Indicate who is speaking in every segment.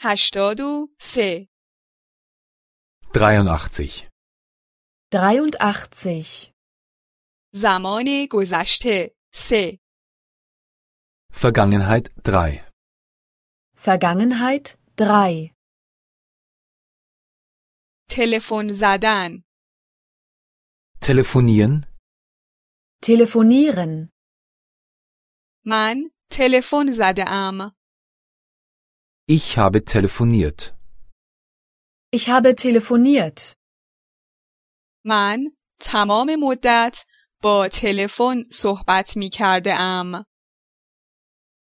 Speaker 1: هشتاد و سه
Speaker 2: 83.
Speaker 3: 83.
Speaker 1: زمان گذشته سه
Speaker 2: Vergangenheit 3.
Speaker 3: Vergangenheit 3.
Speaker 1: تلفن زدن
Speaker 2: Telefonieren.
Speaker 3: Telefonieren.
Speaker 1: من تلفن زده ام
Speaker 2: Ich habe telefoniert.
Speaker 3: Ich habe telefoniert.
Speaker 1: من تمام مدت با تلفن صحبت می کرده ام.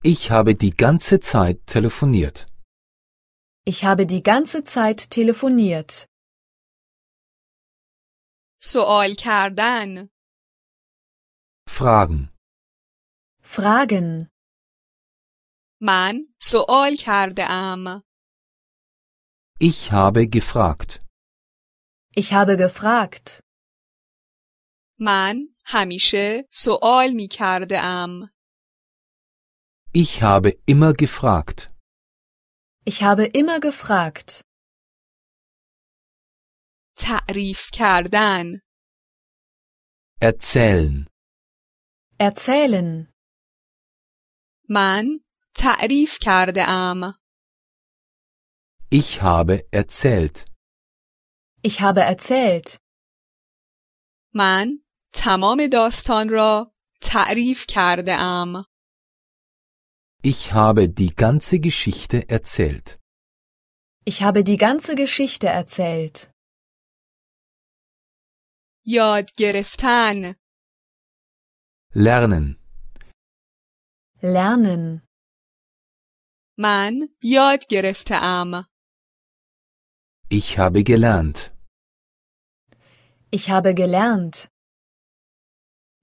Speaker 2: Ich habe die ganze Zeit telefoniert.
Speaker 3: Ich habe die ganze Zeit telefoniert.
Speaker 1: سوال کردن
Speaker 2: Fragen.
Speaker 3: Fragen.
Speaker 1: من سوال کرده ام.
Speaker 2: Ich habe gefragt.
Speaker 3: Ich habe gefragt.
Speaker 1: من همیشه سوال می کرده ام.
Speaker 2: Ich habe immer gefragt.
Speaker 3: Ich habe immer gefragt.
Speaker 1: تعریف کردن
Speaker 2: Erzählen.
Speaker 3: Erzählen.
Speaker 1: من تعریف کرده ام.
Speaker 2: Ich habe erzählt.
Speaker 3: Ich habe erzählt.
Speaker 1: من تمام داستان را تعریف کرده ام.
Speaker 2: Ich habe die ganze Geschichte erzählt.
Speaker 3: Ich habe die ganze Geschichte erzählt.
Speaker 1: یاد گرفتن
Speaker 2: Lernen.
Speaker 3: Lernen.
Speaker 1: من یاد گرفته ام.
Speaker 2: Ich habe gelernt.
Speaker 3: Ich habe gelernt.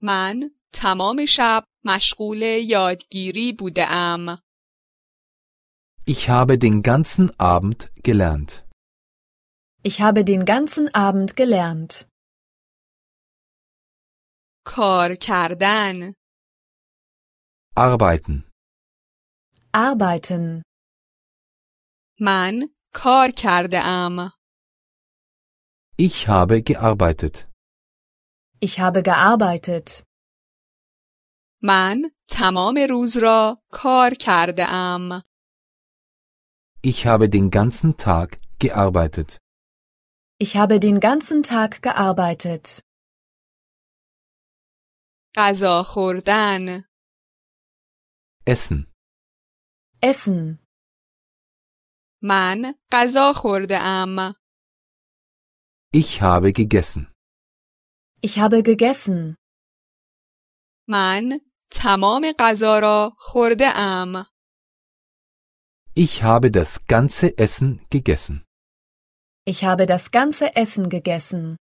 Speaker 1: من تمام شب مشغول یادگیری بوده ام.
Speaker 2: Ich habe den ganzen Abend gelernt.
Speaker 3: Ich habe den ganzen Abend gelernt.
Speaker 1: کار کردن
Speaker 2: Arbeiten.
Speaker 3: Arbeiten.
Speaker 1: من کار کرده ام.
Speaker 2: Ich habe gearbeitet.
Speaker 3: Ich habe gearbeitet.
Speaker 1: من تمام روز را کار کرده ام.
Speaker 2: Ich habe den ganzen Tag gearbeitet.
Speaker 3: Ich habe den ganzen Tag gearbeitet.
Speaker 1: غذا خوردن
Speaker 2: Essen.
Speaker 3: Essen.
Speaker 1: من غذا خورده ام.
Speaker 2: Ich habe gegessen.
Speaker 3: Ich habe gegessen.
Speaker 1: من تمام غذا را خورده ام.
Speaker 2: Ich habe das ganze Essen gegessen.
Speaker 3: Ich habe das ganze Essen gegessen.